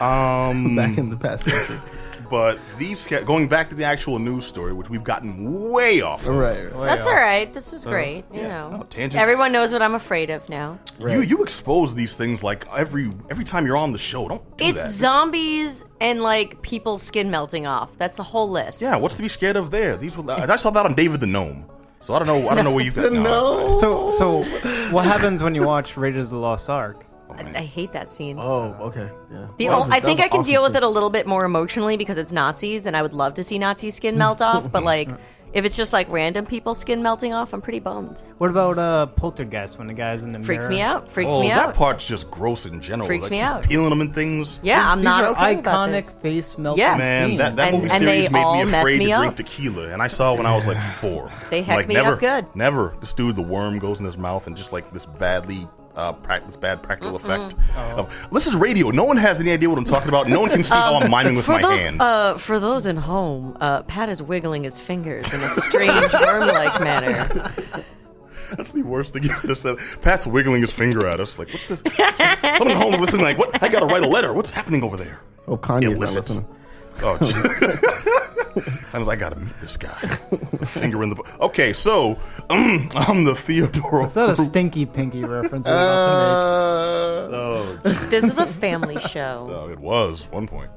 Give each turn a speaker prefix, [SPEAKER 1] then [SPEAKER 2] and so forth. [SPEAKER 1] Um,
[SPEAKER 2] back in the past century.
[SPEAKER 1] but these ca- going back to the actual news story, which we've gotten way off. Of,
[SPEAKER 2] right. right.
[SPEAKER 3] That's all right. This was great. You
[SPEAKER 1] yeah.
[SPEAKER 3] know,
[SPEAKER 1] Oh, tangents.
[SPEAKER 3] everyone knows what I'm afraid of now.
[SPEAKER 1] You you expose these things like every every time you're on the show. Don't do
[SPEAKER 3] it's
[SPEAKER 1] that.
[SPEAKER 3] zombies and like people's skin melting off. That's the whole list.
[SPEAKER 1] yeah, what's to be scared of there? These were, I saw that on David the Gnome. So I don't know. I don't know where you've got
[SPEAKER 2] No.
[SPEAKER 4] So, so what happens when you watch Raiders of the Lost Ark?
[SPEAKER 3] I, I hate that scene.
[SPEAKER 2] Oh, okay. Yeah.
[SPEAKER 3] The
[SPEAKER 2] Wow,
[SPEAKER 3] ol-
[SPEAKER 2] that was-
[SPEAKER 3] I
[SPEAKER 2] that
[SPEAKER 3] think
[SPEAKER 2] was
[SPEAKER 3] I can
[SPEAKER 2] awesome
[SPEAKER 3] deal with
[SPEAKER 2] scene.
[SPEAKER 3] it a little bit more emotionally because it's Nazis, and I would love to see Nazi skin melt off. But like, if it's just like random people's skin melting off, I'm pretty bummed.
[SPEAKER 4] What about uh, Poltergeist when the guy's in the
[SPEAKER 3] Freaks
[SPEAKER 4] mirror?
[SPEAKER 3] me out. Freaks
[SPEAKER 1] Oh,
[SPEAKER 3] me
[SPEAKER 1] that
[SPEAKER 3] out.
[SPEAKER 1] part's just gross in general.
[SPEAKER 3] Freaks
[SPEAKER 1] like,
[SPEAKER 3] me
[SPEAKER 1] just
[SPEAKER 3] out.
[SPEAKER 1] Peeling them and things.
[SPEAKER 3] yeah, I'm
[SPEAKER 4] These
[SPEAKER 3] not
[SPEAKER 4] are
[SPEAKER 3] okay
[SPEAKER 4] iconic
[SPEAKER 3] about this.
[SPEAKER 4] face melting.
[SPEAKER 3] Yes.
[SPEAKER 1] Man,
[SPEAKER 4] scenes.
[SPEAKER 1] that, that
[SPEAKER 3] And-
[SPEAKER 1] movie
[SPEAKER 3] and
[SPEAKER 1] series
[SPEAKER 3] they
[SPEAKER 1] made
[SPEAKER 3] all
[SPEAKER 1] me
[SPEAKER 3] mess
[SPEAKER 1] afraid
[SPEAKER 3] me
[SPEAKER 1] to drink
[SPEAKER 3] up.
[SPEAKER 1] tequila, and I saw it when I was like four.
[SPEAKER 3] They
[SPEAKER 1] I'm
[SPEAKER 3] hecked
[SPEAKER 1] like,
[SPEAKER 3] me up
[SPEAKER 1] never,
[SPEAKER 3] good.
[SPEAKER 1] Never. This dude, the worm goes in his mouth, and just like this badly. Uh, prac- this bad practical effect.
[SPEAKER 3] Oh.
[SPEAKER 1] Of, this is radio. No one has any idea what I'm talking about. No one can see how I'm miming with
[SPEAKER 3] Um, For
[SPEAKER 1] my
[SPEAKER 3] those,
[SPEAKER 1] hand.
[SPEAKER 3] Uh, for those at home, uh, Pat is wiggling his fingers in a strange worm-like manner.
[SPEAKER 1] That's the worst thing you could have said. Pat's wiggling his finger at us. Like, what the? Some- Someone at home is listening, like, what? I got to write a letter. What's happening over there?
[SPEAKER 2] Oh, Kanye's not
[SPEAKER 1] Illicit.
[SPEAKER 2] listening.
[SPEAKER 1] Oh, gee. I was Oh, like, I gotta meet this guy. Finger in the. bu- Okay, so I'm the Theodoro.
[SPEAKER 4] Is that a
[SPEAKER 1] Group.
[SPEAKER 4] stinky pinky reference? we're about to make?
[SPEAKER 2] Uh,
[SPEAKER 1] Oh,
[SPEAKER 3] This is a family show.
[SPEAKER 1] no, it was one point.